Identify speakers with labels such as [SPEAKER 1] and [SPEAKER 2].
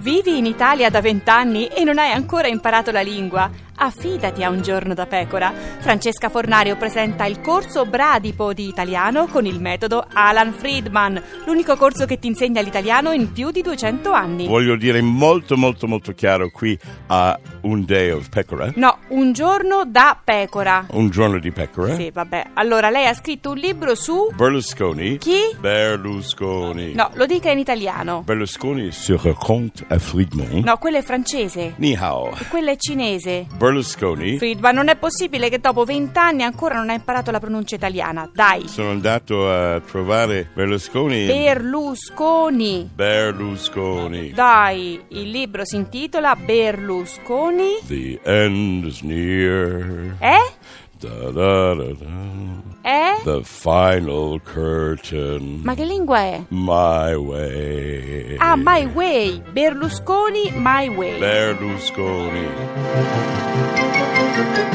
[SPEAKER 1] Vivi in Italia da vent'anni e non hai ancora imparato la lingua? Affidati a un giorno da pecora. Francesca Fornario presenta il corso Bradipo di italiano con il metodo Alan Friedman, l'unico corso che ti insegna l'italiano in più di 200 anni.
[SPEAKER 2] Voglio dire molto molto molto chiaro qui a un day of pecora,
[SPEAKER 1] No, un giorno da pecora.
[SPEAKER 2] un giorno di pecora,
[SPEAKER 1] Sì, vabbè. Allora, lei ha scritto un libro su
[SPEAKER 2] Berlusconi,
[SPEAKER 1] chi?
[SPEAKER 2] Berlusconi,
[SPEAKER 1] No, lo dica in italiano.
[SPEAKER 2] Berlusconi se raconte à Friedman,
[SPEAKER 1] No, quello è francese.
[SPEAKER 2] Ni hao.
[SPEAKER 1] Quello è cinese.
[SPEAKER 2] Berlusconi,
[SPEAKER 1] Friedman, non è possibile che dopo vent'anni ancora non hai imparato la pronuncia italiana. Dai.
[SPEAKER 2] sono andato a trovare Berlusconi,
[SPEAKER 1] Berlusconi.
[SPEAKER 2] Berlusconi,
[SPEAKER 1] Dai, il libro si intitola Berlusconi.
[SPEAKER 2] the end is near,
[SPEAKER 1] Eh?
[SPEAKER 2] da da da da,
[SPEAKER 1] Eh?
[SPEAKER 2] the final curtain,
[SPEAKER 1] Ma che lingua è?
[SPEAKER 2] my way.
[SPEAKER 1] Ah, My Way. Berlusconi, My Way.
[SPEAKER 2] Berlusconi.